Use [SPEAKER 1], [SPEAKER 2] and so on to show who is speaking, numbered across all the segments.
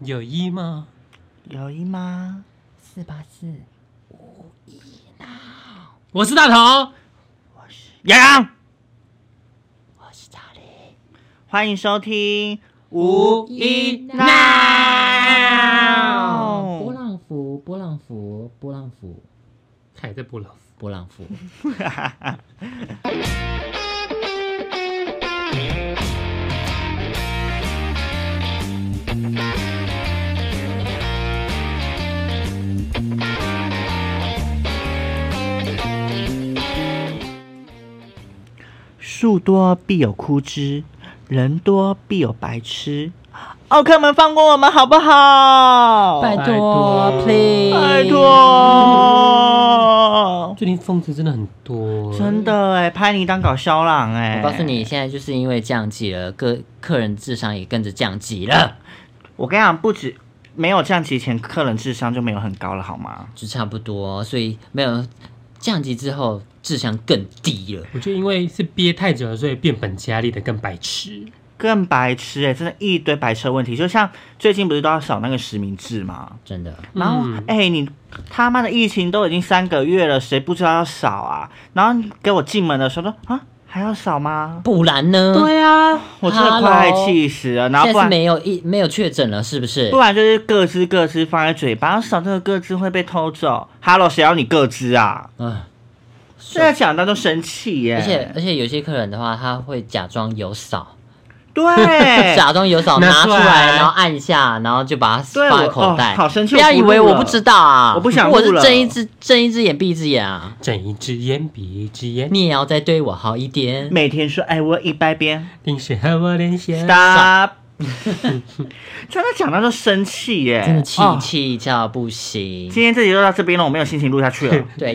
[SPEAKER 1] 有一吗？
[SPEAKER 2] 有一吗？
[SPEAKER 3] 四八四，
[SPEAKER 1] 我是大头，
[SPEAKER 2] 洋洋，
[SPEAKER 3] 我是查理。
[SPEAKER 2] 欢迎收听
[SPEAKER 1] 无一闹
[SPEAKER 3] 波浪符，波浪符，波浪符，
[SPEAKER 1] 凯在波浪。
[SPEAKER 3] 波浪符。
[SPEAKER 2] 树多必有枯枝，人多必有白痴。奥克们放过我们好不好？
[SPEAKER 3] 拜
[SPEAKER 1] 拜托
[SPEAKER 3] 托，please，
[SPEAKER 2] 拜。托，
[SPEAKER 1] 最近疯子真的很多，
[SPEAKER 2] 真的哎，拍你当搞肖郎哎！
[SPEAKER 3] 我告诉，你，现在就是因为降级了，客客人智商也跟着降级了，
[SPEAKER 2] 我跟你讲，不止没有降级前，客人智商就没有很高了好吗？
[SPEAKER 3] 就差不多，所以没有降级之后智商更低了。
[SPEAKER 1] 我觉得因为是憋太久了，所以变本加厉的更白痴。
[SPEAKER 2] 更白痴哎、真的一堆白痴的问题，就像最近不是都要扫那个实名制吗？
[SPEAKER 3] 真的，
[SPEAKER 2] 然后，
[SPEAKER 3] 嗯
[SPEAKER 1] 嗯
[SPEAKER 2] 哎、你他妈的疫情都已经三个月了，谁不知道要扫啊？然后你给我进门的时候说啊，还要扫吗？
[SPEAKER 3] 不然呢？
[SPEAKER 2] 对啊，我真的快
[SPEAKER 3] 嗯 Hello
[SPEAKER 2] 气死了。然后
[SPEAKER 3] 现
[SPEAKER 2] 不
[SPEAKER 3] 在
[SPEAKER 2] 然
[SPEAKER 3] 是没有一没有确诊了，是不是
[SPEAKER 2] 不？然就是各自各自放在嘴巴，扫这个各自会被偷走。Hello，谁要你各自啊？
[SPEAKER 3] 啊，
[SPEAKER 2] 现在讲到都生气耶、
[SPEAKER 3] 而且而且有些客人的话，他会假装有扫，，
[SPEAKER 2] 对
[SPEAKER 3] 假装有扫
[SPEAKER 1] 拿
[SPEAKER 3] 拿出
[SPEAKER 1] 出来
[SPEAKER 3] 来，然后按一下，然后就把它
[SPEAKER 2] 对
[SPEAKER 3] 放在
[SPEAKER 2] 我
[SPEAKER 3] 口袋。
[SPEAKER 2] 哦好生气
[SPEAKER 3] 不要
[SPEAKER 2] 我不
[SPEAKER 3] 以为
[SPEAKER 2] 录
[SPEAKER 3] 我
[SPEAKER 2] 了
[SPEAKER 3] 不知道啊！
[SPEAKER 2] 我不想录
[SPEAKER 3] 我是
[SPEAKER 2] 了
[SPEAKER 3] 睁一只睁一只眼闭一只眼啊！
[SPEAKER 1] 睁一只眼闭一只眼，
[SPEAKER 3] 你也要再对我好一点。
[SPEAKER 2] 每天说爱我一百遍
[SPEAKER 1] 定是和我联系。
[SPEAKER 3] 嗯
[SPEAKER 2] ，Stop。真的讲到都生气耶、
[SPEAKER 3] 真的气
[SPEAKER 2] 哦
[SPEAKER 3] 气到不行。
[SPEAKER 2] 今天这集就到这边了，我没有心情录下去了，
[SPEAKER 3] 对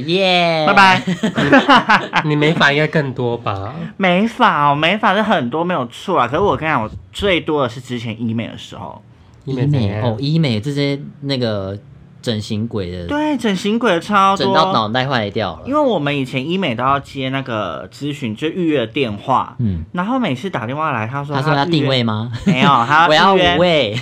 [SPEAKER 2] 嗯
[SPEAKER 3] 耶，
[SPEAKER 2] 拜。拜。
[SPEAKER 1] 你美发应该更多吧？
[SPEAKER 2] 美发哦，美发是很多没有错啊。可是我跟你讲，我最多的是之前医美的时候，
[SPEAKER 3] 医
[SPEAKER 1] 怎
[SPEAKER 3] 美
[SPEAKER 1] 样
[SPEAKER 3] 哦，，医美这些那个整形鬼的，
[SPEAKER 2] 对，整形鬼的超
[SPEAKER 3] 整到
[SPEAKER 2] 多。
[SPEAKER 3] 脑袋坏掉了
[SPEAKER 2] 因。为我们以前医美都要接那个咨询，就预约电话，
[SPEAKER 3] 嗯，
[SPEAKER 2] 然后每次打电话来，他说
[SPEAKER 3] 他说要
[SPEAKER 2] 预约
[SPEAKER 3] 定位，吗？
[SPEAKER 2] 没有，他
[SPEAKER 3] 我要
[SPEAKER 2] 预约
[SPEAKER 3] 五，位，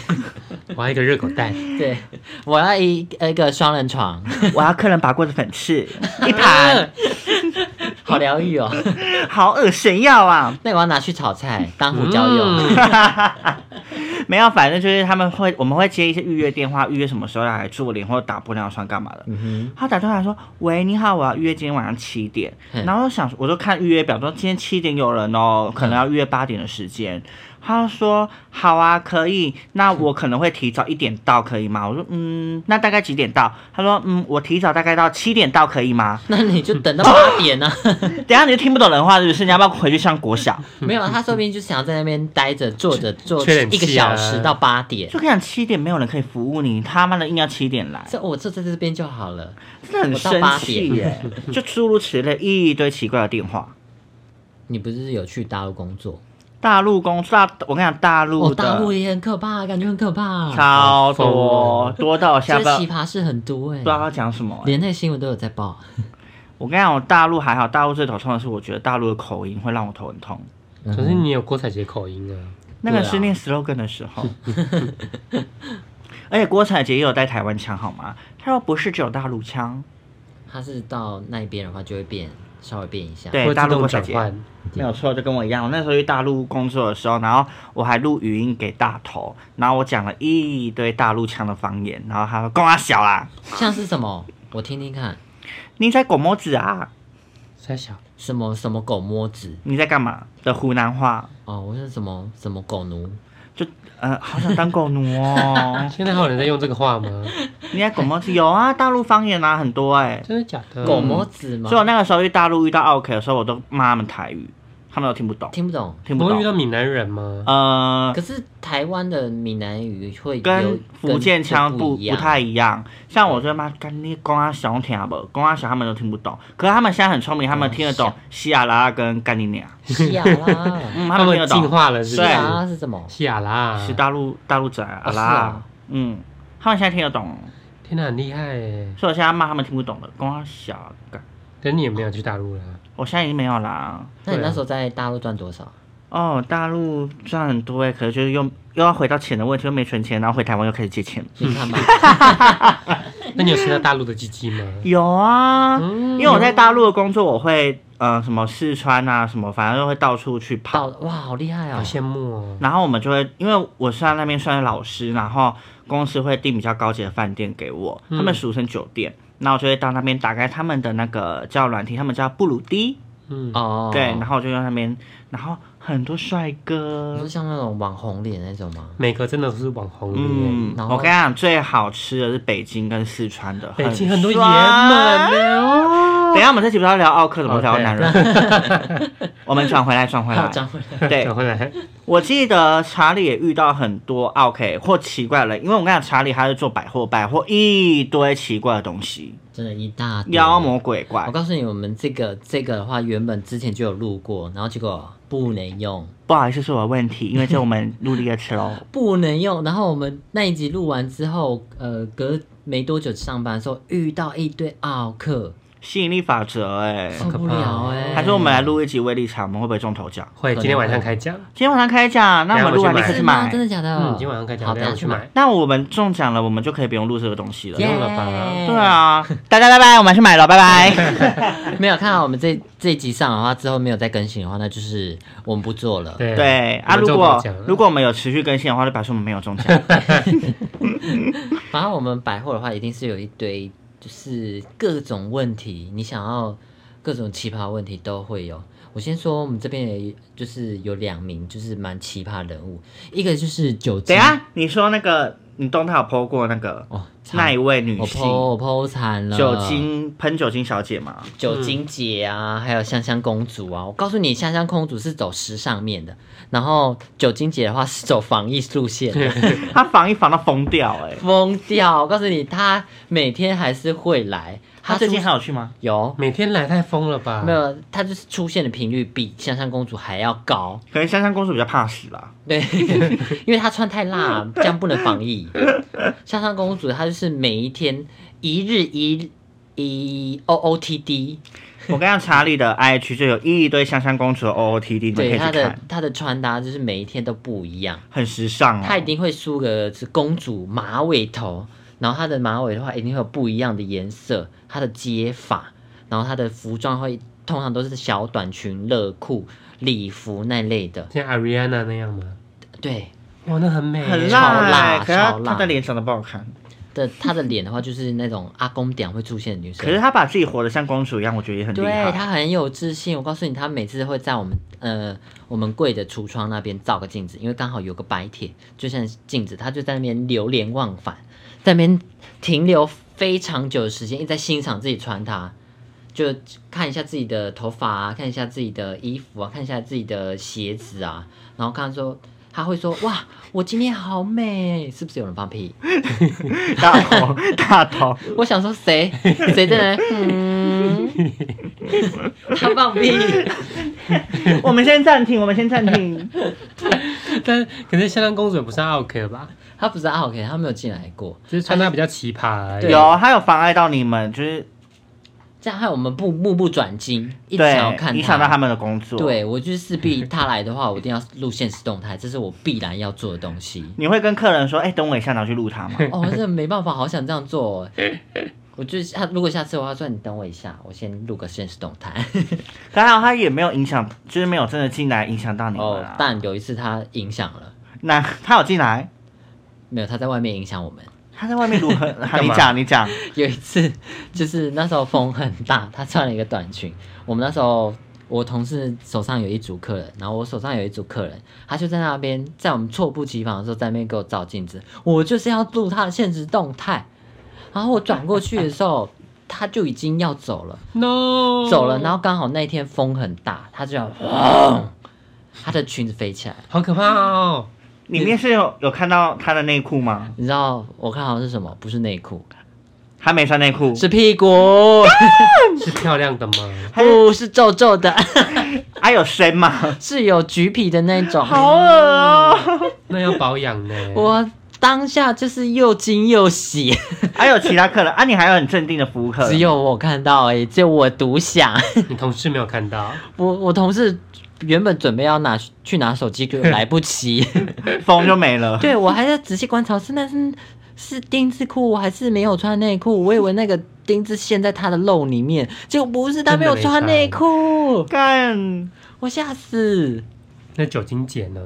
[SPEAKER 1] 我要一个热狗蛋，
[SPEAKER 3] 对，我要一一个双人床，
[SPEAKER 2] 我要客人拔过的粉刺一 盘，
[SPEAKER 3] 好疗 愈哦。
[SPEAKER 2] 好恶神药啊！
[SPEAKER 3] 那我要拿去炒菜当胡椒用。
[SPEAKER 1] 嗯
[SPEAKER 2] 没有，反正就是他们会，我们会接一些预约电话，预约什么时候要来做脸或者打玻尿酸干嘛的。
[SPEAKER 3] 嗯
[SPEAKER 2] 他打电话来说：“喂，你好，我要预约今天晚上七点。”
[SPEAKER 3] 嗯
[SPEAKER 2] 然后我想，我就看预约表，说今天七点有人哦，可能要预约八点的时间。他就说：“好啊，可以。那我可能会提早一点到，可以吗？”我说：“嗯，那大概几点到？”他说：“嗯，我提早大概到七点到，可以吗
[SPEAKER 3] 哼，那你就等到八点呢、啊？”
[SPEAKER 2] 等一下你就听不懂人话是不是？你要不要回去上国小？
[SPEAKER 3] 没有，啊他说不定就想要在那边待着 坐着坐
[SPEAKER 1] 缺点
[SPEAKER 3] 一个
[SPEAKER 1] 气啊
[SPEAKER 3] 小时到八点。
[SPEAKER 2] 就跟你讲，七点没有人可以服务你，他妈的硬要七点来，
[SPEAKER 3] 这我坐在这边就好了。
[SPEAKER 2] 真的很
[SPEAKER 3] 我到
[SPEAKER 2] 生
[SPEAKER 3] 八
[SPEAKER 2] 气
[SPEAKER 3] 点
[SPEAKER 2] 耶！就诸如此类一堆奇怪的电话。
[SPEAKER 3] 你不是有去大陆工作？
[SPEAKER 2] 大陆公司，大我跟你讲，大陆
[SPEAKER 3] 哦，
[SPEAKER 2] 的
[SPEAKER 3] 大陆也很可怕，感觉很可怕。
[SPEAKER 2] 超
[SPEAKER 1] 疯
[SPEAKER 2] 多
[SPEAKER 1] 了
[SPEAKER 2] 多到我
[SPEAKER 3] 哦这
[SPEAKER 2] 下班
[SPEAKER 3] 奇葩事很多哎、
[SPEAKER 2] 不知道要讲什么欸、欸
[SPEAKER 3] 连那个新闻都有在报。
[SPEAKER 2] 我跟你讲，我大陆还好，大陆最头痛的是，我觉得大陆的口音会让我头很痛。
[SPEAKER 1] 可是你有郭采洁口音啊。
[SPEAKER 2] 那个
[SPEAKER 3] 对啊
[SPEAKER 2] 是念 slogan 的时候， 而且郭采洁也有带台湾腔好吗？他说不是只有大陆腔，
[SPEAKER 3] 他是到那边的话就会变，稍微变一下。
[SPEAKER 2] 对
[SPEAKER 1] 会自
[SPEAKER 2] 哎大陆
[SPEAKER 1] 动
[SPEAKER 2] 郭采
[SPEAKER 1] 转
[SPEAKER 2] 洁
[SPEAKER 1] 换，
[SPEAKER 2] 没有错，就跟我一样。我那时候去大陆工作的时候，然后我还录语音给大头，然后我讲了一堆大陆腔的方言，然后他说“公阿小啦，
[SPEAKER 3] 像是什么？我听听看，
[SPEAKER 2] 你在狗摸子啊，
[SPEAKER 1] 三小
[SPEAKER 3] 什么什么狗摸子
[SPEAKER 2] 你在干嘛”的湖南话，
[SPEAKER 3] 哦，我是什么什么狗奴，
[SPEAKER 2] 就呃，好想当狗 奴哦。
[SPEAKER 1] 现在还有人在用这个话吗？
[SPEAKER 2] 你在狗猫子有啊，大陆方言啊很多 哎、
[SPEAKER 1] 真的假的？嗯
[SPEAKER 3] 狗摸子吗
[SPEAKER 2] 所以？我那个时候去大陆遇到 OK 的时候，我都骂他们台语，他们都听不懂，
[SPEAKER 3] 听不懂。
[SPEAKER 2] 听
[SPEAKER 1] 不
[SPEAKER 2] 不
[SPEAKER 1] 会遇到
[SPEAKER 2] 懂。
[SPEAKER 1] 闽南人吗？
[SPEAKER 2] 呃，
[SPEAKER 3] 可是台湾的闽南语会有
[SPEAKER 2] 跟福建腔
[SPEAKER 3] 跟
[SPEAKER 2] 不
[SPEAKER 3] 不一
[SPEAKER 2] 不
[SPEAKER 3] 样
[SPEAKER 2] 太一样。像我这妈干你公阿小听不，公阿小他们都听不懂。可是他们现在很聪明，他们听得懂西亚拉跟干你娘，
[SPEAKER 3] 西亚啊啦，
[SPEAKER 2] 嗯，他们听得
[SPEAKER 1] 进
[SPEAKER 2] 懂。
[SPEAKER 1] 化了是
[SPEAKER 3] 西
[SPEAKER 1] 不
[SPEAKER 2] 对
[SPEAKER 3] 亚
[SPEAKER 1] 是？
[SPEAKER 3] 啦是什么？
[SPEAKER 1] 西亚啦，
[SPEAKER 2] 是大陆大陆仔啊
[SPEAKER 1] 哦是
[SPEAKER 2] 啦
[SPEAKER 1] 啊，
[SPEAKER 2] 嗯，他们现在听得懂，
[SPEAKER 1] 天哪，很厉害哎！
[SPEAKER 2] 所以我现在骂他们听不懂的公阿小干，
[SPEAKER 1] 可是你也没有去大陆啦，
[SPEAKER 2] 我现在已经没有啦。
[SPEAKER 3] 那你
[SPEAKER 1] 对啊
[SPEAKER 3] 那时候在大陆赚多少？
[SPEAKER 2] 哦，大陆赚很多哎，可是就是又又要回到钱的问题，又没存钱，然后回台湾又开始借钱。
[SPEAKER 3] 你看吧，
[SPEAKER 1] 那你有吃到大陆的鸡鸡 吗？
[SPEAKER 2] 有啊，
[SPEAKER 1] 嗯
[SPEAKER 2] 因为我在大陆的工作，我会呃什么四川啊什么，反正就会到处去跑。
[SPEAKER 3] 到哇，好厉害
[SPEAKER 1] 好
[SPEAKER 3] 哦！
[SPEAKER 1] 羡慕哦。
[SPEAKER 2] 然后我们就会，因为我是在那边算是老师，然后公司会订比较高级的饭店给我，他们俗称酒店。那我就会到那边打开他们的那个叫软体，他们叫布鲁迪，
[SPEAKER 1] 嗯，
[SPEAKER 3] 哦，
[SPEAKER 2] 对，然后我就在那边，然后很多帅
[SPEAKER 3] 你说
[SPEAKER 2] 哥，
[SPEAKER 3] 像那种网红脸那种 吗？
[SPEAKER 1] 每个真的都是网红
[SPEAKER 2] 嗯
[SPEAKER 1] 脸，，
[SPEAKER 3] 然后
[SPEAKER 2] 我跟你讲，最好吃的是北京跟四川的，
[SPEAKER 1] 北哎京很多爷
[SPEAKER 2] 帅啊
[SPEAKER 1] 们呢 哦。
[SPEAKER 2] 等一下，我们这期不是要聊奥克，怎么
[SPEAKER 1] 哦
[SPEAKER 2] 聊到
[SPEAKER 1] 对
[SPEAKER 2] 男人？ 我们转回来，转回来
[SPEAKER 3] 好，。张回来，
[SPEAKER 2] 对
[SPEAKER 1] 转，回来，
[SPEAKER 2] 我记得查理也遇到很多 OK 或奇怪的人，因为我跟你讲，查理他是做百货，百货一堆奇怪的东西，
[SPEAKER 3] 真的一大堆
[SPEAKER 2] 妖魔鬼怪
[SPEAKER 3] 我，告诉你，我们这个这个的话，原本之前就有录过，然后结果不能用，
[SPEAKER 2] 不好意思，是我的问题，因为这我们录第二次喽。
[SPEAKER 3] 不能用。然后我们那一集录完之后，呃，隔没多久上班的时候遇到一堆奥克，
[SPEAKER 2] 吸引力法则、 哎，
[SPEAKER 3] 受不了哎、
[SPEAKER 2] 还是我们来录一集威力场，我们会不会中头奖？
[SPEAKER 1] 会今天晚上开奖。
[SPEAKER 2] 今天晚上开奖，那我们录完立刻去
[SPEAKER 3] 是吗？
[SPEAKER 2] 买
[SPEAKER 3] 真。的假的？
[SPEAKER 1] 哎嗯，今天晚上开奖，
[SPEAKER 3] 好，
[SPEAKER 1] 等
[SPEAKER 3] 等
[SPEAKER 1] 一
[SPEAKER 3] 一
[SPEAKER 1] 下
[SPEAKER 3] 下
[SPEAKER 1] 去
[SPEAKER 3] 去
[SPEAKER 1] 买
[SPEAKER 3] 买。。
[SPEAKER 2] 那我们中奖了，我们就可以不用录这个东西了。
[SPEAKER 1] Yeah 用了吧
[SPEAKER 2] 对，啊，大家拜拜，我们去买了，拜拜。
[SPEAKER 3] 没有看到我们这这一集上的话，之后没有再更新的话，那就是我们不做了。
[SPEAKER 1] 对
[SPEAKER 2] 对啊，
[SPEAKER 1] 我们
[SPEAKER 2] 如
[SPEAKER 1] 中头
[SPEAKER 2] 果
[SPEAKER 1] 奖了
[SPEAKER 2] 如果我们有持续更新的话，就表示我们没有中奖。
[SPEAKER 3] 反正我们百货的话，一定是有一堆，就是各种问题，你想要各种奇葩的问题都会有。我先说，我们这边也就是有两名，就是蛮奇葩的人物，一个就是酒精，
[SPEAKER 2] 等一下，你说那个你动态有 PO 过那个
[SPEAKER 3] 哦，
[SPEAKER 2] 那一位女
[SPEAKER 3] 我剖
[SPEAKER 2] 性
[SPEAKER 3] 我剖惨了，
[SPEAKER 2] 酒精喷酒精小姐嘛？
[SPEAKER 3] 酒精姐啊，还有香香公主啊，我告诉你，香香公主是走时尚面的，然后酒精姐的话是走防疫路线的，
[SPEAKER 2] 她防一防到疯掉哎、欸！
[SPEAKER 3] 疯掉！我告诉你，她每天还是会来，
[SPEAKER 2] 她最近
[SPEAKER 3] 出
[SPEAKER 2] 还有去吗？
[SPEAKER 3] 有
[SPEAKER 1] 每天来太疯了吧？
[SPEAKER 3] 没，有，她就是出现的频率比香香公主还要高。
[SPEAKER 2] 可能香香公主比较怕死吧。
[SPEAKER 3] 对， 因为她穿太辣，这样不能防疫。香香公主她就是每一天一日一一 O O T D，
[SPEAKER 2] 我刚刚查理的 IG 就有一堆香香公主的 OOTD，你们可以
[SPEAKER 3] 对
[SPEAKER 2] 去
[SPEAKER 3] 她的
[SPEAKER 2] 看，
[SPEAKER 3] 她的穿搭就是每一天都不一样。
[SPEAKER 2] 很时尚
[SPEAKER 3] 她一
[SPEAKER 2] 哦。
[SPEAKER 3] 定会梳个是公主马尾头，然后她的马尾的话一定会有不一样的颜色，她的接法，然后她的服装会通常都是小短裙、热裤、礼服那类的，
[SPEAKER 1] 像 Ariana 那样吗？
[SPEAKER 3] 对。
[SPEAKER 1] 哇，那很美，
[SPEAKER 2] 很
[SPEAKER 3] 辣
[SPEAKER 2] 辣欸，可是她
[SPEAKER 3] 超辣
[SPEAKER 2] 她的脸长得不好看，
[SPEAKER 3] 的她的脸的话，就是那种阿公点会出现的女生。
[SPEAKER 2] 可是她把自己活得像公主一样，我觉得也很厉
[SPEAKER 3] 对
[SPEAKER 2] 害。
[SPEAKER 3] 她很有自信。我告诉你，她每次会在我们呃我们柜的橱窗那边照个镜子，因为刚好有个白铁，就像镜子，她就在那边流连忘返，在那边停留非常久的时间，一直在欣赏自己穿搭，就看一下自己的头发啊，看一下自己的衣服啊，看一下自己的鞋子啊，然后看说。她会说：“哇，我今天好美，是不是有人放屁？”
[SPEAKER 2] 大头大 头，
[SPEAKER 3] 我想说谁谁在那边？嗯，他放屁。
[SPEAKER 2] 我们先暂停，我们先暂 停。
[SPEAKER 1] 但可是香香公主也不是奥克吧？
[SPEAKER 3] 他不是阿 OK，他没有进来过，
[SPEAKER 1] 就是穿搭比较奇葩而已。
[SPEAKER 2] 有，她有妨碍到你们，就是
[SPEAKER 3] 这样害我们不目不转睛，一直
[SPEAKER 2] 对
[SPEAKER 3] 想要看
[SPEAKER 2] 影响到他。们的工作。，。
[SPEAKER 3] 对我就是势必他来的话，我一定要录现实动态，这是我必然要做的东西
[SPEAKER 2] 你会跟客人说，哎、等我一下，然后去录她吗？
[SPEAKER 3] 哦，这没办法，好想这样做、 哦。我就是他，如果下次的话，说你等我一下，我先录个现实动 态。
[SPEAKER 2] 啊当然，他也没有影响，就是没有真的进来影响到你们、
[SPEAKER 3] 哦
[SPEAKER 2] 啊。，
[SPEAKER 3] 但有一次他影响了，
[SPEAKER 2] 那他有进来，
[SPEAKER 3] 没有他在外面影响我们。
[SPEAKER 2] 他在外面如何？好你
[SPEAKER 1] 嘛
[SPEAKER 2] 讲，你讲。
[SPEAKER 3] 有一次，就是那时候风很大，她穿了一个短裙。我们那时候，我同事手上有一组客人，然后我手上有一组客人，他就在那边，在我们猝不及防的时候，在那边给我照镜子。我就是要录他的现实动态，然后我转过去的时候，他就已经要走了，
[SPEAKER 1] ，No，
[SPEAKER 3] 走了。然后刚好那天风很大，他就要，哇他的裙子飞起来。
[SPEAKER 1] 好可怕哦！
[SPEAKER 2] 里面是有有看到他的内裤吗？
[SPEAKER 3] 你知道我看好像是什么？不是内裤，
[SPEAKER 2] 他没穿内裤，
[SPEAKER 3] 是屁股，
[SPEAKER 1] 是漂亮的吗？
[SPEAKER 3] 不是皱皱的。
[SPEAKER 2] 他啊有深吗？
[SPEAKER 3] 是有橘皮的那种。
[SPEAKER 2] 好恶哦、
[SPEAKER 1] 那要保养呢。
[SPEAKER 3] 我当下就是又惊 又喜，
[SPEAKER 2] 还有其他客人啊？你还有很镇定的服务客人，
[SPEAKER 3] 只有我看到而已，只有我独享。
[SPEAKER 1] 你同事没有看到，
[SPEAKER 3] 我我同事原本准备要拿去拿手机，就来不及。
[SPEAKER 2] 风就没 了。
[SPEAKER 3] 对我还在仔细观察，是那是是丁字裤还是没有穿内裤？我以为那个丁字陷在他的肉里面，结果不是，他
[SPEAKER 1] 真的
[SPEAKER 3] 没有
[SPEAKER 1] 没
[SPEAKER 3] 穿
[SPEAKER 1] 穿
[SPEAKER 3] 内裤，
[SPEAKER 2] 干，
[SPEAKER 3] 我吓死！
[SPEAKER 1] 那酒精姐呢？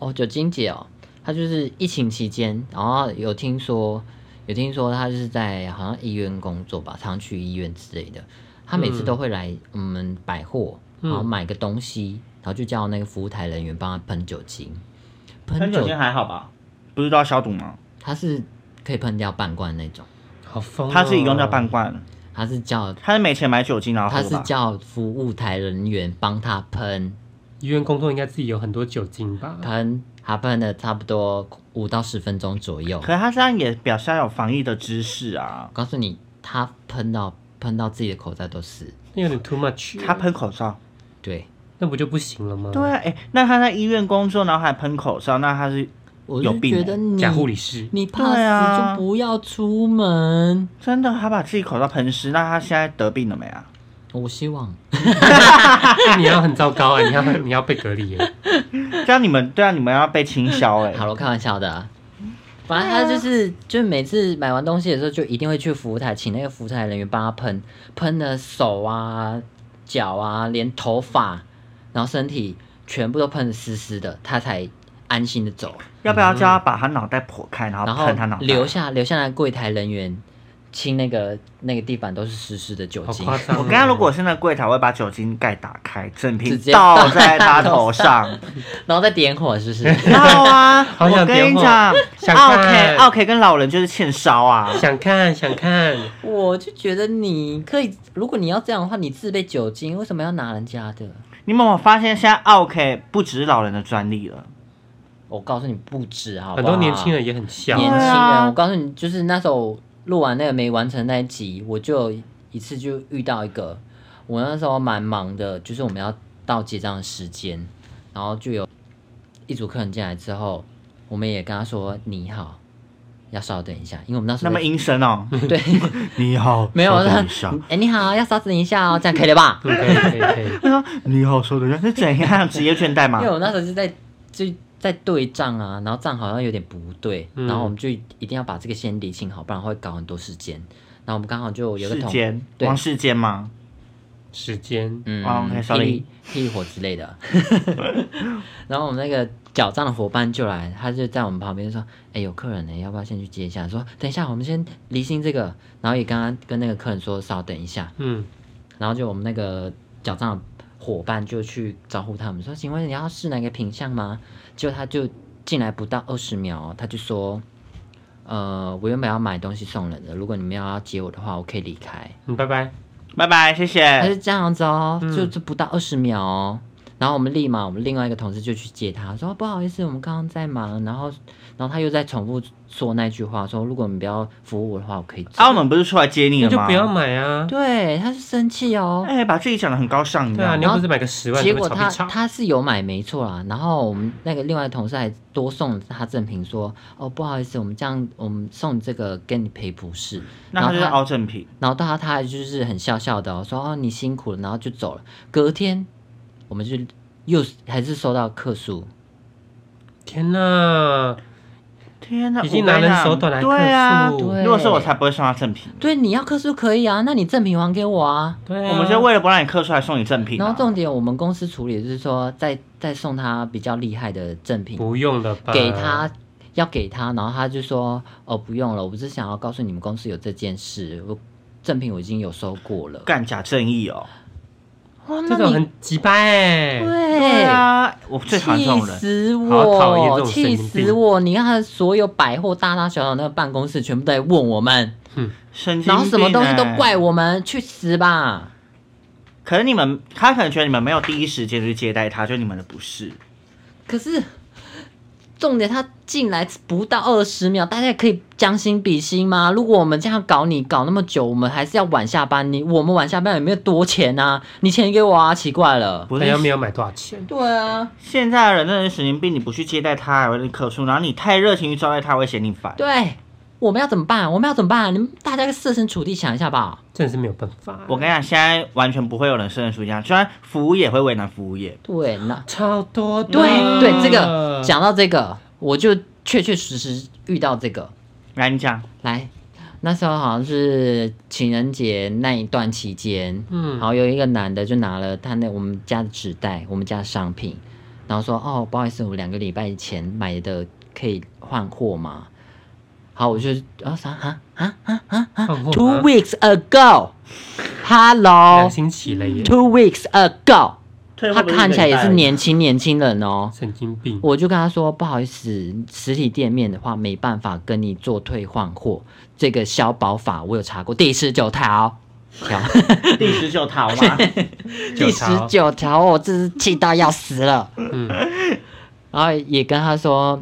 [SPEAKER 3] 哦，酒精姐哦，她就是疫情期间，然后有听说，有听说她就是在好像医院工作吧，常去医院之类的。她每次
[SPEAKER 1] 嗯
[SPEAKER 3] 都会来我们百货，然
[SPEAKER 2] 嗯
[SPEAKER 3] 后买个东西，然后就叫那个服务台人员帮她喷酒精，
[SPEAKER 2] 喷
[SPEAKER 3] 喷
[SPEAKER 2] 酒
[SPEAKER 3] 酒，
[SPEAKER 2] 精还好吧？不是都要消毒吗？
[SPEAKER 3] 她是可以喷掉半罐那种，
[SPEAKER 1] 好疯、哦！
[SPEAKER 2] 他自己用掉半罐，
[SPEAKER 3] 她是叫
[SPEAKER 2] 他是没钱买酒精然后
[SPEAKER 3] 她
[SPEAKER 2] 喝
[SPEAKER 3] 是
[SPEAKER 2] 吧？
[SPEAKER 3] 叫服务台人员帮她喷
[SPEAKER 1] 医院工作应该自己有很多酒精吧？
[SPEAKER 2] 嗯
[SPEAKER 3] 喷，她喷了差不多五到十分钟左右。
[SPEAKER 2] 可是他这样也表示他有防疫的知识啊。
[SPEAKER 3] 我告诉你，她喷到喷到自己的口罩都是。
[SPEAKER 1] 那有点 too much。
[SPEAKER 2] 他喷口罩，
[SPEAKER 3] 对，
[SPEAKER 1] 那不就不行了吗？
[SPEAKER 2] 对啊，哎、那他在医院工作，然后还喷口罩，那他是
[SPEAKER 3] 我
[SPEAKER 2] 有
[SPEAKER 3] 就
[SPEAKER 2] 病
[SPEAKER 3] 觉
[SPEAKER 2] 欸
[SPEAKER 3] 得你
[SPEAKER 1] 假护理师，
[SPEAKER 3] 你怕
[SPEAKER 2] 对啊
[SPEAKER 3] 死就不要出门。
[SPEAKER 2] 真的，他把自己口罩喷湿，那他现在得病了没啊？
[SPEAKER 3] 我希望
[SPEAKER 1] 你要很糟糕啊！你要你要被隔离 耶。
[SPEAKER 2] 这样你们对啊，你们要被清消哎、
[SPEAKER 3] 嗯好了，我开玩笑的、啊。反正他就是，就是每次买完东西的时候，就一定会去服务台，请那个服务台人员帮他喷，喷的手啊、脚啊，连头发，然后身体全部都喷的湿湿的，他才安心的走。
[SPEAKER 2] 要不要叫他把他脑袋剖开，然
[SPEAKER 3] 然
[SPEAKER 2] 后
[SPEAKER 3] 后
[SPEAKER 2] 喷他脑袋？
[SPEAKER 3] 留下留下来柜台人员清那个那个地板都是湿湿的酒
[SPEAKER 1] 好
[SPEAKER 3] 精。
[SPEAKER 1] 夸张哦、
[SPEAKER 2] 我刚刚如果是那柜台，我会把酒精盖打开，整
[SPEAKER 3] 直
[SPEAKER 2] 瓶
[SPEAKER 3] 接
[SPEAKER 2] 倒
[SPEAKER 3] 倒
[SPEAKER 2] 在
[SPEAKER 3] 在
[SPEAKER 2] 他
[SPEAKER 3] 他
[SPEAKER 2] 头
[SPEAKER 3] 头
[SPEAKER 2] 上。
[SPEAKER 3] 然后再点火，是不是？
[SPEAKER 2] 要 啊！
[SPEAKER 1] 好
[SPEAKER 2] 我
[SPEAKER 1] 想
[SPEAKER 2] 跟你
[SPEAKER 1] 点火
[SPEAKER 2] 讲
[SPEAKER 1] 想
[SPEAKER 2] ，OK
[SPEAKER 1] 看
[SPEAKER 2] OK 跟老人就是欠烧啊。
[SPEAKER 1] 想看想看，
[SPEAKER 3] 我就觉得你可以，如果你要这样的话，你自备酒精，为什么要拿人家的？
[SPEAKER 2] 你们有没有发现现在 OK 不只是老人的专利了？
[SPEAKER 3] 我告诉你不止，好不
[SPEAKER 1] 很
[SPEAKER 3] 好
[SPEAKER 1] 多年轻，人也很笑
[SPEAKER 3] 年
[SPEAKER 1] 啊。
[SPEAKER 3] 轻
[SPEAKER 2] 对啊
[SPEAKER 3] 人，我告诉你，就是那时候录完那个没完成那一集，我就一次就遇到一个，我那时候蛮忙的，就是我们要到结账的时间，然后就有一组客人进来之后，我们也跟他说你好，要稍等一下，因为我们那时
[SPEAKER 2] 那
[SPEAKER 3] 候
[SPEAKER 2] 么阴森哦。
[SPEAKER 3] 对
[SPEAKER 2] 你好，
[SPEAKER 3] 没有
[SPEAKER 2] 稍
[SPEAKER 3] 那
[SPEAKER 2] 等一下。
[SPEAKER 3] 哎你好，要稍等一下哦，这样可以了吧？
[SPEAKER 1] 嗯，可以可以可以。
[SPEAKER 2] 他说 你好，稍等一下，是怎样职业倦怠吗
[SPEAKER 3] 因为？我那时候就在就在对账啊，然后账好像有点不对，
[SPEAKER 1] 嗯
[SPEAKER 3] 然后我们就一定要把这个先理清好，不然会搞很多时间。然后我们刚好就 有个
[SPEAKER 2] 世
[SPEAKER 3] 同
[SPEAKER 2] 间，
[SPEAKER 3] 对
[SPEAKER 2] 王世间吗？
[SPEAKER 1] 时间，
[SPEAKER 3] 嗯
[SPEAKER 2] 哦，OK，
[SPEAKER 3] 霹
[SPEAKER 2] sorry
[SPEAKER 3] 雳霹雳火之类的， 然后我们那个缴账的伙伴就来，他就在我们旁边说：“哎，有客人呢，要不要先去接一下？”说：“等一下，我们先理清这个。”然后也刚刚跟那个客人说：“稍等一下。”
[SPEAKER 1] 嗯，
[SPEAKER 3] 然后就我们那个缴账伙伴就去招呼他们说：“请问你要试哪个品相吗？”结果他就进来不到二十秒哦，他就说：“呃，我原本要买东西送人的，如果你们要要接我的话，我可以离开。
[SPEAKER 1] 嗯，拜拜。
[SPEAKER 2] 拜拜，谢”
[SPEAKER 3] 他
[SPEAKER 2] 谢。
[SPEAKER 3] 是这样子哦，
[SPEAKER 1] 嗯
[SPEAKER 3] 就这不到二十秒哦。然后我们立马，我们另外一个同事就去接他，说不好意思，我们刚刚在忙。然后，然后他又在重复说那句话，说如果你不要服务我的话，我可以走。
[SPEAKER 2] 啊，我们不是出来接你
[SPEAKER 1] 那
[SPEAKER 2] 了
[SPEAKER 1] 就
[SPEAKER 2] 吗？
[SPEAKER 1] 不要买啊。
[SPEAKER 3] 对，他是生气哦。
[SPEAKER 2] 哎，把自己讲的很高尚，你知
[SPEAKER 1] 对
[SPEAKER 2] 道
[SPEAKER 1] 啊，
[SPEAKER 2] 吗
[SPEAKER 1] 你又不是买个十万，
[SPEAKER 3] 结果
[SPEAKER 1] 就被
[SPEAKER 3] 他
[SPEAKER 1] 炒一炒
[SPEAKER 3] 他是有买没错啦，然后我们那个另外同事还多送他赠品说，哦不好意思，我们这样我们送这个给你赔不是，
[SPEAKER 2] 那他
[SPEAKER 3] 然后
[SPEAKER 2] 就是
[SPEAKER 3] 他
[SPEAKER 2] 凹正品。
[SPEAKER 3] 然后到他他还就是很笑笑的、哦、说哦你辛苦了，然后就走了。隔天我们就又还是收到客诉，
[SPEAKER 1] 天哪，
[SPEAKER 2] 天哪，
[SPEAKER 1] 已经
[SPEAKER 2] 我跟你
[SPEAKER 1] 拿人
[SPEAKER 2] 讲
[SPEAKER 1] 手短来克
[SPEAKER 2] 对啊，
[SPEAKER 1] 数
[SPEAKER 3] 对
[SPEAKER 2] 如果是我才不会送他正品。
[SPEAKER 3] 对你要客诉可以啊，那你赠品还给我啊。
[SPEAKER 1] 对啊，
[SPEAKER 2] 我们就为了不让你客出来送你正品啊、
[SPEAKER 3] 然后重点我们公司处理的就是说再再送他比较厉害的赠品，
[SPEAKER 1] 不用了吧？
[SPEAKER 3] 给他，要给他，然后他就说：“哦，不用了，我只是想要告诉你们公司有这件事，我赠品我已经有收过了。
[SPEAKER 2] 干假正义哦。
[SPEAKER 3] 哇”那
[SPEAKER 1] 这种
[SPEAKER 3] 你
[SPEAKER 1] 很鸡掰哎。
[SPEAKER 2] 对
[SPEAKER 3] 对，
[SPEAKER 2] 啊，我最讨厌这
[SPEAKER 3] 气
[SPEAKER 2] 种人。
[SPEAKER 3] 死
[SPEAKER 1] 好讨厌这
[SPEAKER 3] 我，
[SPEAKER 1] 种神
[SPEAKER 3] 气
[SPEAKER 1] 经病
[SPEAKER 3] 死我！你看他所有百货大大小小那个办公室，全部都在问我们，
[SPEAKER 2] 神经病、哎
[SPEAKER 3] 然后什么东西都。
[SPEAKER 1] 哎
[SPEAKER 3] 怪我们，去死吧！
[SPEAKER 2] 可是你们，他可能觉得你们没有第一时间去接待他，就你们的不是。
[SPEAKER 3] 可是重点，他进来不到二十秒，大家可以将心比心吗？如果我们这样搞你搞那么久，我们还是要晚下班。你我们晚下班有没有多钱啊？你钱给我啊，奇怪了。
[SPEAKER 2] 不
[SPEAKER 1] 他又
[SPEAKER 2] 是
[SPEAKER 1] 没有买多少钱，
[SPEAKER 3] 对啊，
[SPEAKER 2] 现在的人真的是神经病，你不去接待他还会客诉，然后你太热情去招待他会嫌你烦。
[SPEAKER 3] 对，我们要怎么办？我们要怎么办？你们大家设身处地想一下吧。
[SPEAKER 1] 真的是没有办法。
[SPEAKER 2] 我跟你讲，现在完全不会有人设身处地想，虽然服务业会为难服务业，
[SPEAKER 3] 对，那
[SPEAKER 1] 超多的
[SPEAKER 3] 对对，这个讲到这个，我就确确实实遇到这个。
[SPEAKER 2] 来你讲，
[SPEAKER 3] 来，那时候好像是情人节那一段期间，
[SPEAKER 1] 嗯
[SPEAKER 3] 然后有一个男的就拿了他那我们家的纸袋，我们家的商品，然后说：“哦，不好意思，我两个礼拜前买的可以换货吗？”好，我就啊啥啊啊啊啊啊
[SPEAKER 1] 换货吗
[SPEAKER 3] ，two weeks ago，hello，
[SPEAKER 1] 哦两星期了耶，
[SPEAKER 3] two weeks ago，
[SPEAKER 2] 退
[SPEAKER 3] 他
[SPEAKER 2] 货不是
[SPEAKER 3] 看起来也
[SPEAKER 2] 一
[SPEAKER 3] 是
[SPEAKER 2] 个礼拜
[SPEAKER 3] 年轻年轻人哦，
[SPEAKER 1] 神经病。
[SPEAKER 3] 我就跟他说，不好意思，实体店面的话没办法跟你做退换货，这个消保法我有查过，第十 九条，条
[SPEAKER 2] 第十九套吗？
[SPEAKER 1] 九
[SPEAKER 3] 第十
[SPEAKER 1] 条
[SPEAKER 3] 九条，我真是气到要死了。
[SPEAKER 1] 嗯，
[SPEAKER 3] 然后也跟他说，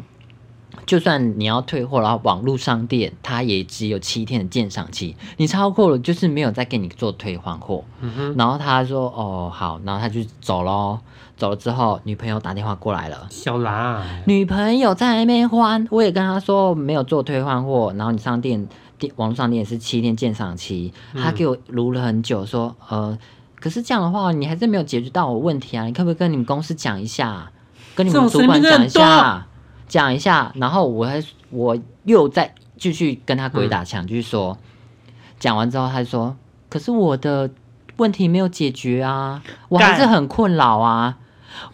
[SPEAKER 3] 就算你要退货，然后网络商店它也只有七天的鉴赏期，你超过了就是没有再给你做退换货。
[SPEAKER 1] 嗯哼，
[SPEAKER 3] 然后他说，哦好，然后他就走咯。走了之后，女朋友打电话过来了。
[SPEAKER 1] 小啊兰，
[SPEAKER 3] 女朋友在那边欢，我也跟她说没有做退换货，然后你上店店网络上店是七天鉴赏期，
[SPEAKER 2] 嗯
[SPEAKER 3] 她给我撸了很久，说呃，可是这样的话你还是没有解决到我问题啊，你可不可以跟你们公司讲一下，跟你们主
[SPEAKER 1] 这种事
[SPEAKER 3] 管讲一
[SPEAKER 1] 情真的很
[SPEAKER 3] 下，讲一下，然后我还我又再继续跟他鬼打墙，继续说，讲完之后他就说，可是我的问题没有解决啊，我还是
[SPEAKER 2] 干
[SPEAKER 3] 很困扰啊。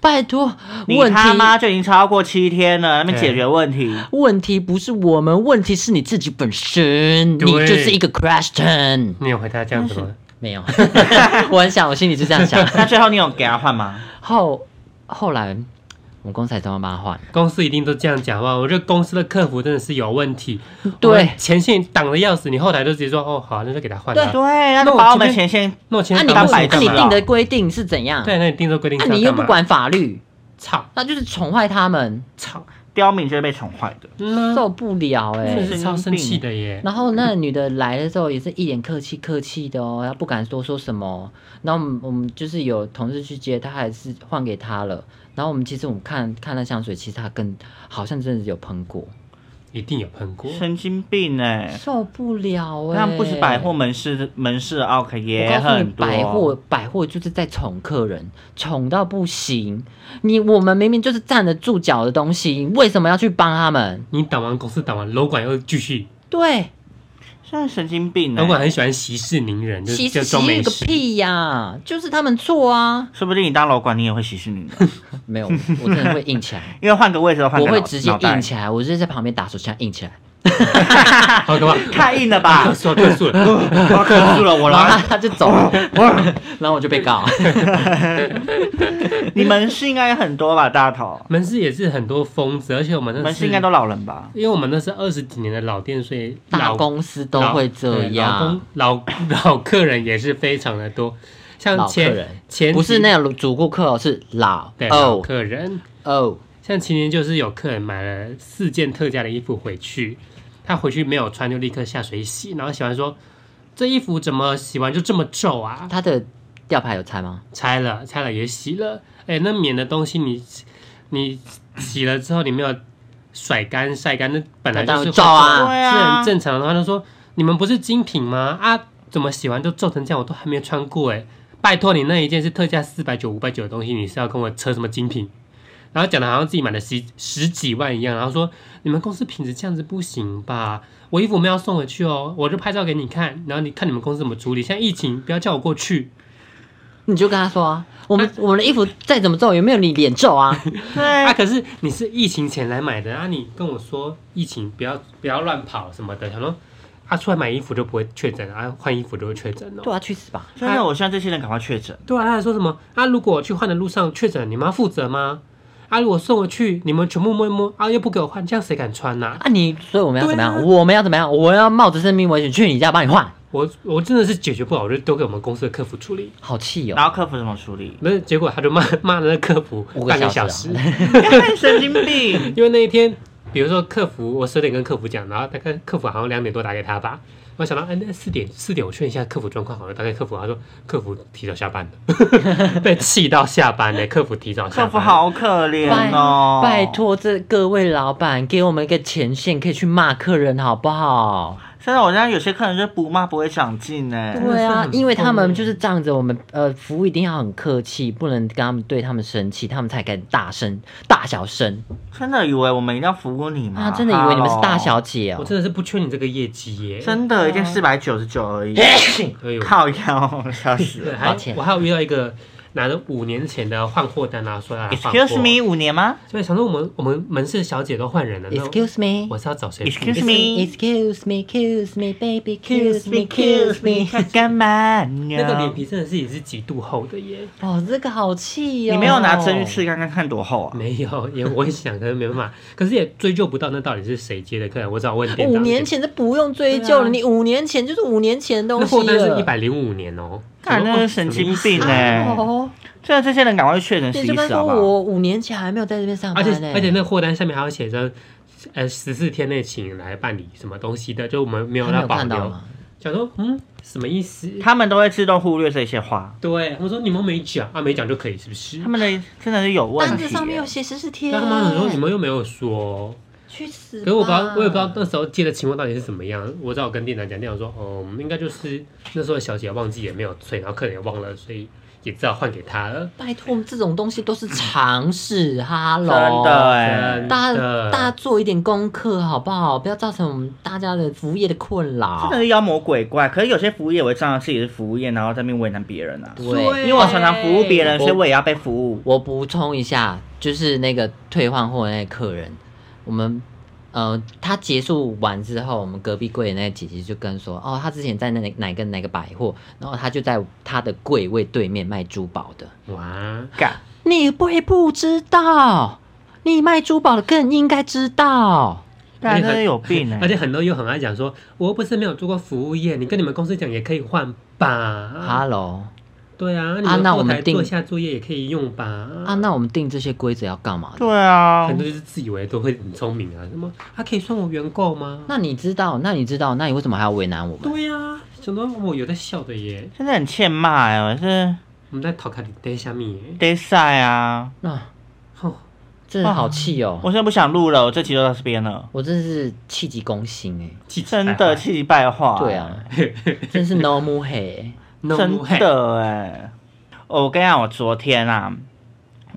[SPEAKER 3] 拜托，
[SPEAKER 2] 你
[SPEAKER 3] 问题
[SPEAKER 2] 他妈就已经超过七天了，那边解决问题。
[SPEAKER 3] 问题不是我们，问题是你自己本身，你
[SPEAKER 1] 对
[SPEAKER 3] 就是一个 question。
[SPEAKER 1] 你有回他这样子吗？
[SPEAKER 3] 没有， 我很想，我心里是这样想。
[SPEAKER 2] 那最后你有给他换吗？
[SPEAKER 3] 后后来我们公司才专门帮他换，
[SPEAKER 1] 公司一定都这样讲话，我觉得公司的客服真的是有问题。
[SPEAKER 3] 对
[SPEAKER 1] 我们前线挡的要死，你后台就直接说哦好，那就给他换了。
[SPEAKER 2] 对，那
[SPEAKER 1] 那
[SPEAKER 2] 就
[SPEAKER 1] 我
[SPEAKER 2] 把我
[SPEAKER 1] 这边
[SPEAKER 2] 们前线
[SPEAKER 1] 那我前
[SPEAKER 3] 那、
[SPEAKER 1] 面
[SPEAKER 3] 啊
[SPEAKER 1] 挡
[SPEAKER 2] 当
[SPEAKER 3] 你不
[SPEAKER 1] 我
[SPEAKER 3] 那、
[SPEAKER 2] 白痴
[SPEAKER 1] 干
[SPEAKER 3] 你
[SPEAKER 1] 嘛？
[SPEAKER 3] 定的规定是怎样？
[SPEAKER 1] 对，那你定这规定
[SPEAKER 3] 那、
[SPEAKER 1] 是要
[SPEAKER 3] 你又
[SPEAKER 1] 干嘛
[SPEAKER 3] 不，管法律，
[SPEAKER 1] 操
[SPEAKER 3] 那就是宠坏他们，
[SPEAKER 1] 操，
[SPEAKER 2] 刁民就是被宠坏的。
[SPEAKER 1] 嗯啊
[SPEAKER 3] 受不了哎、
[SPEAKER 1] 真的
[SPEAKER 2] 对
[SPEAKER 1] 是超生气的耶。
[SPEAKER 3] 然后那女的来的时候也是一脸客气客气的哦，她不敢多说什么。哦然后我们我们就是有同事去接，她还是换给她了。然后我们其实我们看看那香水，其实她跟好像真的有喷过，
[SPEAKER 1] 一定有喷过，
[SPEAKER 2] 神经病哎、
[SPEAKER 3] 受不了哎、
[SPEAKER 2] 那不是百货。门市门市 OK 也
[SPEAKER 3] 我告诉你
[SPEAKER 2] 很，多。
[SPEAKER 3] 百货百货就是在宠客人，宠到不行。你我们明明就是站得住脚的东西，为什么要去帮他们？
[SPEAKER 1] 你挡完公司挡完，楼管又继续，
[SPEAKER 3] 对，
[SPEAKER 2] 现在神经
[SPEAKER 3] 嗯
[SPEAKER 2] 病哎、
[SPEAKER 1] 楼管很喜欢息事宁人，就是
[SPEAKER 3] 洗
[SPEAKER 1] 就
[SPEAKER 3] 洗
[SPEAKER 1] 装没
[SPEAKER 3] 浴个
[SPEAKER 1] 事。
[SPEAKER 3] 屁呀、就是他们错啊。
[SPEAKER 2] 说不定你当楼管你也会息事宁人，
[SPEAKER 3] 没有，我真的会硬起来。
[SPEAKER 2] 因为换个位置都换
[SPEAKER 3] 我
[SPEAKER 2] 个
[SPEAKER 3] 会
[SPEAKER 2] 脑
[SPEAKER 3] 直接
[SPEAKER 2] 脑袋
[SPEAKER 3] 硬起来，我就是在旁边打手枪硬 起来，
[SPEAKER 1] 好，干嘛？
[SPEAKER 2] 太硬了吧
[SPEAKER 1] 啊，？说到客诉了，
[SPEAKER 2] 我克住了我
[SPEAKER 3] 然后
[SPEAKER 2] 了
[SPEAKER 3] 他。他就走 了， 然后我就被告。
[SPEAKER 2] 你门市应该很多吧，大头？
[SPEAKER 1] 门市也是很多疯子，而且我们那
[SPEAKER 2] 门市
[SPEAKER 1] 是
[SPEAKER 2] 应该都老人吧？
[SPEAKER 1] 因为我们那是二十几年的老店，所以
[SPEAKER 3] 大
[SPEAKER 1] 老
[SPEAKER 3] 公司都会这样，
[SPEAKER 1] 老对老 老老客人也是非常的多，像
[SPEAKER 3] 老客
[SPEAKER 1] 前
[SPEAKER 3] 人
[SPEAKER 1] 前
[SPEAKER 3] 不是
[SPEAKER 1] 几
[SPEAKER 3] 那种主顾客哦，是老
[SPEAKER 1] 对老
[SPEAKER 3] 哦
[SPEAKER 1] 客人，
[SPEAKER 3] 哦，
[SPEAKER 1] 像前年就是有客人买了四件特价的衣服回去，他回去没有穿就立刻下水洗，然后洗完说这衣服怎么洗完就这么皱啊？
[SPEAKER 3] 他的吊牌有拆吗？
[SPEAKER 1] 拆了拆了也洗了，哎，那棉的东西你你洗了之后你没有甩干晒干，那本来就是
[SPEAKER 3] 那当然
[SPEAKER 1] 会
[SPEAKER 3] 皱啊
[SPEAKER 2] 对
[SPEAKER 1] 是
[SPEAKER 2] 啊
[SPEAKER 1] 很，正常的话，他说你们不是精品吗？啊，怎么洗完就皱成这样？我都还没穿过哎、拜托你那一件是特价四百九、五百九的东西，你是要跟我扯什么精品？然后讲的好像自己买了十十几万一样，然后说你们公司品质这样子不行吧？我衣服我们要送回去哦，我就拍照给你看，然后你看你们公司怎么处理。现在疫情，不要叫我过去，
[SPEAKER 3] 你就跟他说啊，我们我们的衣服再怎么皱，有没有你脸 皱啊？
[SPEAKER 1] 啊，
[SPEAKER 2] 对，
[SPEAKER 1] 可是你是疫情前来买的啊，你跟我说疫情不要不要乱跑什么的，想说啊出来买衣服就不会确诊啊，换衣服就会确诊哦。
[SPEAKER 3] 对啊，去死吧！
[SPEAKER 2] 真的，我希望这些人赶快确诊。
[SPEAKER 1] 对啊，他还说什么啊？如果我去换的路上确诊，你们要负责吗？啊，如果送回去，你们全部摸一摸啊，又不给我换，这样谁敢穿呐、
[SPEAKER 3] 啊你，所以我们要怎么
[SPEAKER 1] 对
[SPEAKER 3] 样？
[SPEAKER 1] 啊
[SPEAKER 3] 我们要怎么样？我要冒着生命危险去你家帮你换，
[SPEAKER 1] 我我真的是解决不了，我就丢给我们公司的客服处理。
[SPEAKER 3] 好气
[SPEAKER 2] 然
[SPEAKER 3] 哦！
[SPEAKER 2] 后客服怎么处理？
[SPEAKER 1] 那结果他就骂 骂了那客服
[SPEAKER 3] 五个
[SPEAKER 1] 半个
[SPEAKER 3] 小
[SPEAKER 1] 小
[SPEAKER 3] 时
[SPEAKER 1] 时
[SPEAKER 3] 啊，
[SPEAKER 2] 哎神经病！
[SPEAKER 1] 因为那一天，比如说客服，我十点跟客服讲，然后大概客服好像两点多打给他吧，我想到，哎，那四点四点我劝一下客服状况好了，大概客服他说客服提早下班了， 被气到下班呢、客服提早下
[SPEAKER 2] 客
[SPEAKER 1] 班，
[SPEAKER 2] 服好可怜
[SPEAKER 3] 拜
[SPEAKER 2] 哦，
[SPEAKER 3] 拜，托这各位老板给我们一个前线，可以去骂客人好不好？
[SPEAKER 2] 现在我现在有些客人就不骂不会长进哎、
[SPEAKER 1] 的
[SPEAKER 3] 对
[SPEAKER 1] 是
[SPEAKER 3] 啊
[SPEAKER 1] 很，
[SPEAKER 3] 因为他
[SPEAKER 1] 痛
[SPEAKER 3] 们
[SPEAKER 1] 欸
[SPEAKER 3] 就是仗着我们呃服务一定要很客气，不能跟他们对他们生气，他们才敢大声大小声
[SPEAKER 2] 真的以为我们一定要服务你吗？
[SPEAKER 3] 啊！真的以为你们是大小
[SPEAKER 2] Hello
[SPEAKER 3] 姐哦
[SPEAKER 1] 我、真的是不缺你这个业绩耶、
[SPEAKER 2] 真的一件四百九十九而已，
[SPEAKER 3] 哎
[SPEAKER 1] 所以我
[SPEAKER 2] 靠腰，笑死
[SPEAKER 1] 对，
[SPEAKER 2] 了。
[SPEAKER 1] 还
[SPEAKER 3] 抱歉
[SPEAKER 1] 我还有遇到一个拿着五年前的换货单啊，说要来换货
[SPEAKER 2] Excuse me，五年吗
[SPEAKER 1] 所以想说我们我们门市小姐都换人了，那
[SPEAKER 3] Excuse me。
[SPEAKER 1] 我是要找谁
[SPEAKER 2] ？Excuse me。
[SPEAKER 3] Excuse me, kiss me, baby, kiss
[SPEAKER 2] Kiss
[SPEAKER 3] me,
[SPEAKER 2] me,
[SPEAKER 3] kiss
[SPEAKER 2] kiss
[SPEAKER 3] me
[SPEAKER 2] me，。要干嘛呢？
[SPEAKER 1] 那个脸皮真的是也是极度厚的耶，
[SPEAKER 3] 哦，这个好气哦！
[SPEAKER 2] 你没有拿针去刺看看看多厚啊？
[SPEAKER 1] 没有，也我也想，可是没办法，可是也追究不到那到底是谁接的客人，我只好问店
[SPEAKER 3] 五
[SPEAKER 1] 长。
[SPEAKER 3] 年前这不用追究了，你五年前就是五年前的
[SPEAKER 1] 啊那
[SPEAKER 3] 东
[SPEAKER 1] 货
[SPEAKER 3] 西
[SPEAKER 1] 单
[SPEAKER 3] 了。
[SPEAKER 1] 是一百零五年哦，
[SPEAKER 2] 看那个神经病哎、欸！
[SPEAKER 3] 哦，
[SPEAKER 2] 虽然这些人赶快去确诊
[SPEAKER 3] 你
[SPEAKER 2] 死
[SPEAKER 3] 就
[SPEAKER 2] 一
[SPEAKER 3] 跟
[SPEAKER 2] 死
[SPEAKER 3] 说
[SPEAKER 2] 好不好？
[SPEAKER 3] 我五年前还没有在这边上
[SPEAKER 1] 而
[SPEAKER 3] 班
[SPEAKER 1] 且
[SPEAKER 3] 呢，
[SPEAKER 1] 而且那货单下面还有写着，呃，十四天内请来办理什么东西的，就我们没有
[SPEAKER 3] 他没
[SPEAKER 1] 让
[SPEAKER 3] 有
[SPEAKER 1] 保
[SPEAKER 3] 看到
[SPEAKER 1] 留。
[SPEAKER 3] 吗？
[SPEAKER 1] 想说，嗯，什么意思？
[SPEAKER 2] 他们都会自动忽略这些话，
[SPEAKER 1] 对，他们说你们没讲啊，没讲就可以是不是
[SPEAKER 2] 他？们的真的是有问
[SPEAKER 3] 单
[SPEAKER 2] 题、
[SPEAKER 3] 子上面有
[SPEAKER 2] 欸。
[SPEAKER 3] 写十四天，
[SPEAKER 1] 啊但他们很说你们又没有说，
[SPEAKER 3] 去死吧！
[SPEAKER 1] 可是我不知道，
[SPEAKER 3] 嗯
[SPEAKER 1] 我也不知道那时候接的情况到底是怎么样。我只好跟店长讲，店长说，哦，我们应该就是那时候小姐忘记也没有催，然后客人也忘了，所以也只好换给他了。
[SPEAKER 3] 拜托，我们这种东西都是常识，哈喽。
[SPEAKER 2] 真的哎、
[SPEAKER 1] 真
[SPEAKER 2] 欸，
[SPEAKER 3] 大家
[SPEAKER 1] 的
[SPEAKER 3] 大家做一点功课好不好？不要造成我们大家的服务业的困
[SPEAKER 2] 真
[SPEAKER 3] 扰
[SPEAKER 2] 的。是妖魔鬼怪。可是有些服务业，我会仗着自己是服务业，然后在那边为难别人啊。
[SPEAKER 3] 对，
[SPEAKER 2] 因为我常常服务别人，
[SPEAKER 3] 我
[SPEAKER 2] 所以我也要被服务。
[SPEAKER 3] 我补充一下，就是那个退换货的那个客人，我们呃，他结束完之后，我们隔壁柜的那个姐姐就跟说，哦，她之前在那里哪个哪个百货，然后她就在她的柜位对面卖珠宝的，
[SPEAKER 1] 哇，
[SPEAKER 2] 干，
[SPEAKER 3] 你不会不知道？你卖珠宝的更应该知道。
[SPEAKER 2] 但
[SPEAKER 1] 而且
[SPEAKER 2] 真
[SPEAKER 1] 很
[SPEAKER 2] 的有病哎、
[SPEAKER 1] 而且很多又很爱讲说，我又不是没有做过服务业，你跟你们公司讲也可以换吧。
[SPEAKER 3] Hello，
[SPEAKER 1] 对啊，你
[SPEAKER 3] 啊那我
[SPEAKER 1] 后
[SPEAKER 3] 们
[SPEAKER 1] 台
[SPEAKER 3] 定
[SPEAKER 1] 做一下作业也可以用吧。
[SPEAKER 3] 啊，那我们定这些规则要干嘛呢？
[SPEAKER 2] 对啊
[SPEAKER 1] 很，多就是自以为都会很聪明啊，什么他可以算我原购吗？
[SPEAKER 3] 那你知道，那你知道，那你为什么还要为难我们？
[SPEAKER 1] 对呀、啊，想到我有在笑的耶，
[SPEAKER 2] 真的很欠骂哎、我是
[SPEAKER 1] 我们在讨卡里待下面耶，
[SPEAKER 2] 得晒啊，
[SPEAKER 3] 那、
[SPEAKER 1] 吼，
[SPEAKER 3] 真的好气哦！
[SPEAKER 2] 我现在不想录了，我这集就到这边了，
[SPEAKER 3] 我真是气急攻心哎、
[SPEAKER 1] 气质
[SPEAKER 2] 真
[SPEAKER 1] 败坏
[SPEAKER 2] 的气急败坏。
[SPEAKER 3] 对 啊，真是 no m o r 黑、
[SPEAKER 1] ，no
[SPEAKER 2] 真
[SPEAKER 1] way
[SPEAKER 2] 的哎、哦我跟你讲，我昨天啊，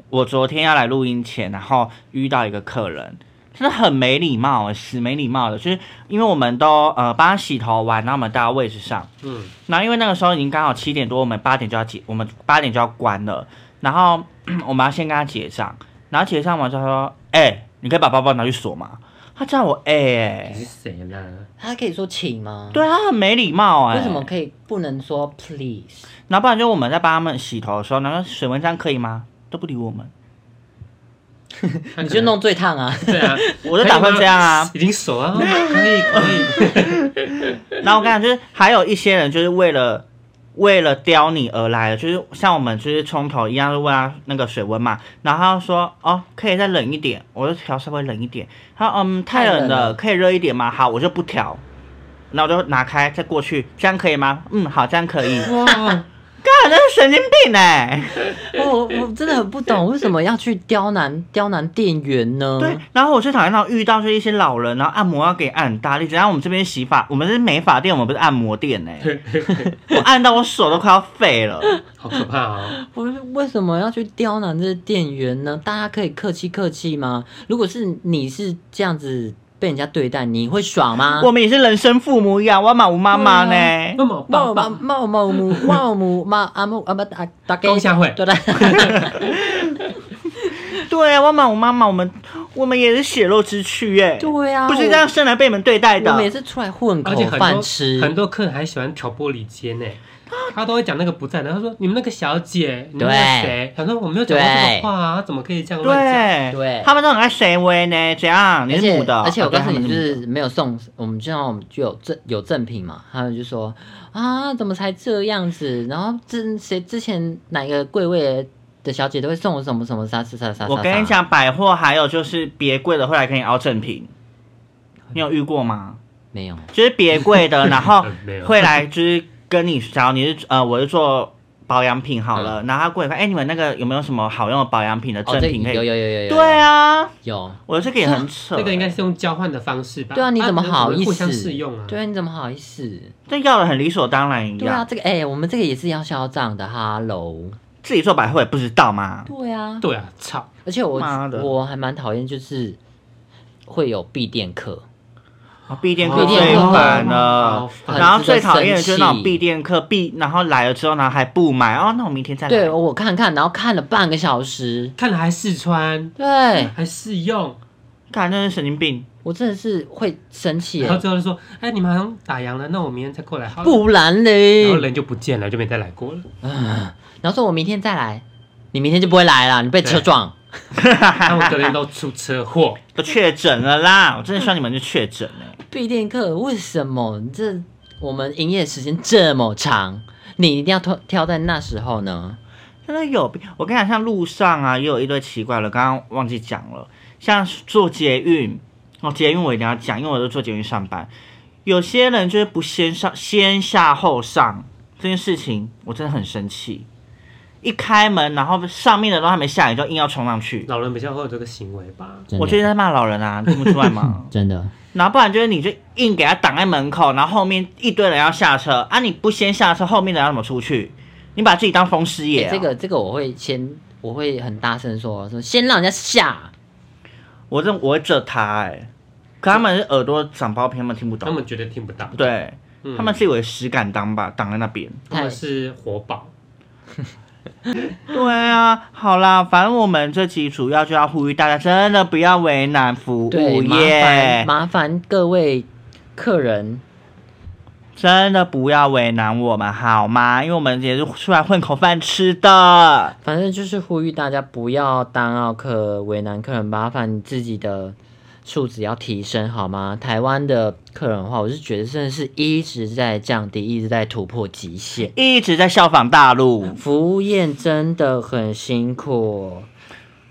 [SPEAKER 2] 我昨天要来录音前，然后遇到一个客人，真的很没礼貌，哎死没礼貌的，就是因为我们都呃帮他洗头完，然后我们到他位置上，
[SPEAKER 1] 嗯，
[SPEAKER 2] 然后因为那个时候已经刚好七点多，我们八点就要结，我们八点就要关了，然后 我们要先跟他结账，然后结账完之后他说，哎、你可以把包包拿去锁吗？他叫我哎、
[SPEAKER 1] 你是谁啦？
[SPEAKER 3] 他可以说请吗？、
[SPEAKER 2] 对他很没礼貌哎、
[SPEAKER 3] 为什么可以不能说 please？
[SPEAKER 2] 然后不然就我们在帮他们洗头的时候，然后水温这样可以吗？都不理我们，
[SPEAKER 1] 他可能
[SPEAKER 3] 你就弄最烫啊！
[SPEAKER 1] 对啊，
[SPEAKER 2] 我就打算这样啊
[SPEAKER 1] 可以吗已经熟 啊，可以可以，
[SPEAKER 2] 然后我跟你讲，就是还有一些人就是为了为了刁你而来的，就是像我们就是冲头一样，就问他那个水温嘛，然后他就说哦，可以再冷一点，我就调稍微冷一点。他说嗯，太冷
[SPEAKER 3] 太冷
[SPEAKER 2] 了，
[SPEAKER 3] 了
[SPEAKER 2] 可以热一点吗？好，我就不调。那我就拿开再过去，这样可以吗？嗯，好，这样可以。
[SPEAKER 1] 哇，
[SPEAKER 2] 干，那是神经病哎、
[SPEAKER 3] 我我真的很不懂为什么要去刁难刁难店员呢？
[SPEAKER 2] 对，然后我最讨厌那种遇到就是一些老人，然啊后按摩要给你按很大力，然后我们这边洗发，我们是美发店，我们不是按摩店嗯哎、 我按到我手都快要废了。
[SPEAKER 1] 好可怕哦，
[SPEAKER 3] 我为什么要去刁难这些店员呢？大家可以客气客气吗？如果是你是这样子被人家对待，你会爽吗？
[SPEAKER 2] 我们也是人生父母一样，我满无妈妈呢。
[SPEAKER 1] 那么
[SPEAKER 3] 冒
[SPEAKER 1] 棒
[SPEAKER 3] 冒
[SPEAKER 1] 棒，
[SPEAKER 3] 冒冒母冒母冒阿母阿不阿大
[SPEAKER 1] 高下会
[SPEAKER 3] 对的。
[SPEAKER 2] 对啊，我满无妈妈，我们我们也是血肉之躯耶。
[SPEAKER 3] 对啊
[SPEAKER 2] 不是这样生来被你们对待
[SPEAKER 3] 我
[SPEAKER 2] 的
[SPEAKER 3] 们。也是出来混
[SPEAKER 1] 而
[SPEAKER 3] 口
[SPEAKER 1] 且很
[SPEAKER 3] 饭
[SPEAKER 1] 多
[SPEAKER 3] 吃，
[SPEAKER 1] 很多客人还喜欢挑拨离间呢。他都会讲那个不在的，他说你们那个小姐，你们那个谁，他说我没有讲过这个话啊，怎么可以这样乱讲？
[SPEAKER 2] 对
[SPEAKER 3] 对
[SPEAKER 2] 他们都很爱谁威呢？怎样？你
[SPEAKER 3] 而
[SPEAKER 2] 是
[SPEAKER 3] 且
[SPEAKER 2] 母的，
[SPEAKER 3] 而且我告诉你，就
[SPEAKER 2] 对
[SPEAKER 3] 是没有送，我们就像我们就有赠有赠品嘛，他们就说啊，怎么才这样子？然后之谁之前哪个柜位的小姐都会送我什么什么啥啥啥啥。
[SPEAKER 2] 他们我跟你
[SPEAKER 3] 啥，
[SPEAKER 2] 讲，百货还有就是别柜的会来给你凹正品，你有遇过吗？
[SPEAKER 3] 没有，
[SPEAKER 2] 就是别柜的，然 后
[SPEAKER 1] 嗯没有
[SPEAKER 2] 会来就是跟你聊，你是呃我是做保养品好了，然后他过来看，哎、你们那个有没有什么好用的保养品的
[SPEAKER 3] 嗯哦，
[SPEAKER 2] 赠
[SPEAKER 3] 这
[SPEAKER 2] 品可以？
[SPEAKER 3] 有有有有有，有
[SPEAKER 2] 对，啊，
[SPEAKER 3] 有，
[SPEAKER 2] 我这个也很扯、
[SPEAKER 1] 这个应该是用交换的方式吧？
[SPEAKER 3] 对啊，你怎么好意
[SPEAKER 1] 互
[SPEAKER 3] 思
[SPEAKER 1] 相试用啊？
[SPEAKER 3] 对啊，你怎么好意思？
[SPEAKER 2] 这要的很理所当然一
[SPEAKER 3] 对啊，
[SPEAKER 2] 样，
[SPEAKER 3] 这个哎、我们这个也是要销账的哈喽。
[SPEAKER 2] 自己做百货也不知道吗？
[SPEAKER 3] 对啊，
[SPEAKER 1] 对啊，操！
[SPEAKER 3] 而且我
[SPEAKER 2] 妈的
[SPEAKER 3] 我还蛮讨厌就是会有闭店客，
[SPEAKER 2] 啊闭店
[SPEAKER 3] 闭
[SPEAKER 2] 课
[SPEAKER 3] 店
[SPEAKER 2] 最
[SPEAKER 3] 课
[SPEAKER 2] 烦
[SPEAKER 1] 好
[SPEAKER 3] 哦
[SPEAKER 2] 了，
[SPEAKER 1] 烦
[SPEAKER 2] 然后最讨厌的就是那
[SPEAKER 3] 很
[SPEAKER 2] 种
[SPEAKER 3] 值得生气
[SPEAKER 2] 闭店课闭，然后来了之后呢还不买哦，那我明天再来。
[SPEAKER 3] 对我看看，然后看了半个小时，
[SPEAKER 1] 看了还试穿，
[SPEAKER 3] 对
[SPEAKER 1] 还试用，
[SPEAKER 2] 看真是神经病，
[SPEAKER 3] 我真的是会生气耶
[SPEAKER 1] 然，后最后就说：“哎，你们好像打烊了，那我明天再过来好了。”，
[SPEAKER 3] 不然
[SPEAKER 1] 然
[SPEAKER 3] 嘞
[SPEAKER 1] 后，人就不见了，就没再来过了。
[SPEAKER 3] 然后说我明天再来，你明天就不会来了，你被车
[SPEAKER 1] 对
[SPEAKER 3] 撞。
[SPEAKER 1] 他们隔天都出车祸，
[SPEAKER 2] 都确诊了啦！我真的希望你们是确诊了。
[SPEAKER 3] 闭店客为什么这我们营业时间这么长，你一定要挑挑在那时候呢？
[SPEAKER 2] 真的有病！我跟你讲，像路上啊，也有一堆奇怪的，刚刚忘记讲了。像坐捷运，哦，捷运我一定要讲，因为我都坐捷运上班。有些人就是不先上，先下后上这件事情，我真的很生气。一开门，然后上面的都还没下，你就硬要冲上去，
[SPEAKER 1] 老人比较会有这个行为吧？
[SPEAKER 3] 真的？
[SPEAKER 2] 我就是在骂老人啊，你听不出来吗
[SPEAKER 3] 真的，
[SPEAKER 2] 然后不然就是你就硬给他挡在门口，然后后面一堆人要下车啊，你不先下车，后面的人要怎么出去？你把自己当风师爷、啊
[SPEAKER 3] 欸这个这个我会先我会很大声说说先让人家下，
[SPEAKER 2] 我真我会这他哎、可他们是耳朵长包片，他们听不
[SPEAKER 1] 他
[SPEAKER 2] 懂，
[SPEAKER 1] 们绝对听不到，
[SPEAKER 2] 对、
[SPEAKER 1] 嗯
[SPEAKER 2] 他们是以为石敢当吧，挡在那边。
[SPEAKER 1] 他们是活宝。
[SPEAKER 2] 对啊，好啦，反正我们这集主要就要呼吁大家，真的不要为难服
[SPEAKER 3] 对，
[SPEAKER 2] 务
[SPEAKER 3] 麻烦
[SPEAKER 2] 业，
[SPEAKER 3] 麻烦各位客人，
[SPEAKER 2] 真的不要为难我们好吗？因为我们也是出来混口饭吃的。
[SPEAKER 3] 反正就是呼吁大家不要当奥客为难客人，麻烦你自己的素质要提升好吗？台湾的客人的话，我是觉得真的是一直在降低，一直在突破极限。
[SPEAKER 2] 一直在效仿大陆，
[SPEAKER 3] 服务业真的很辛苦，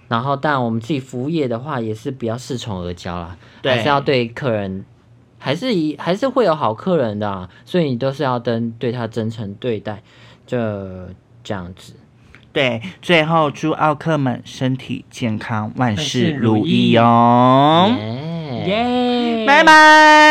[SPEAKER 3] 然后但我们自己服务业的话，也是不要恃宠而骄啦，
[SPEAKER 2] 对
[SPEAKER 3] 还是要对客人，还是以还是会有好客人的、啊，所以你都是要跟对他真诚对待，就这样子。
[SPEAKER 2] 对，最后祝奥克们身体健康，万
[SPEAKER 1] 万
[SPEAKER 2] 事
[SPEAKER 1] 事如
[SPEAKER 2] 如意
[SPEAKER 1] 意
[SPEAKER 2] 哦，
[SPEAKER 3] 耶
[SPEAKER 1] 耶
[SPEAKER 2] 拜拜。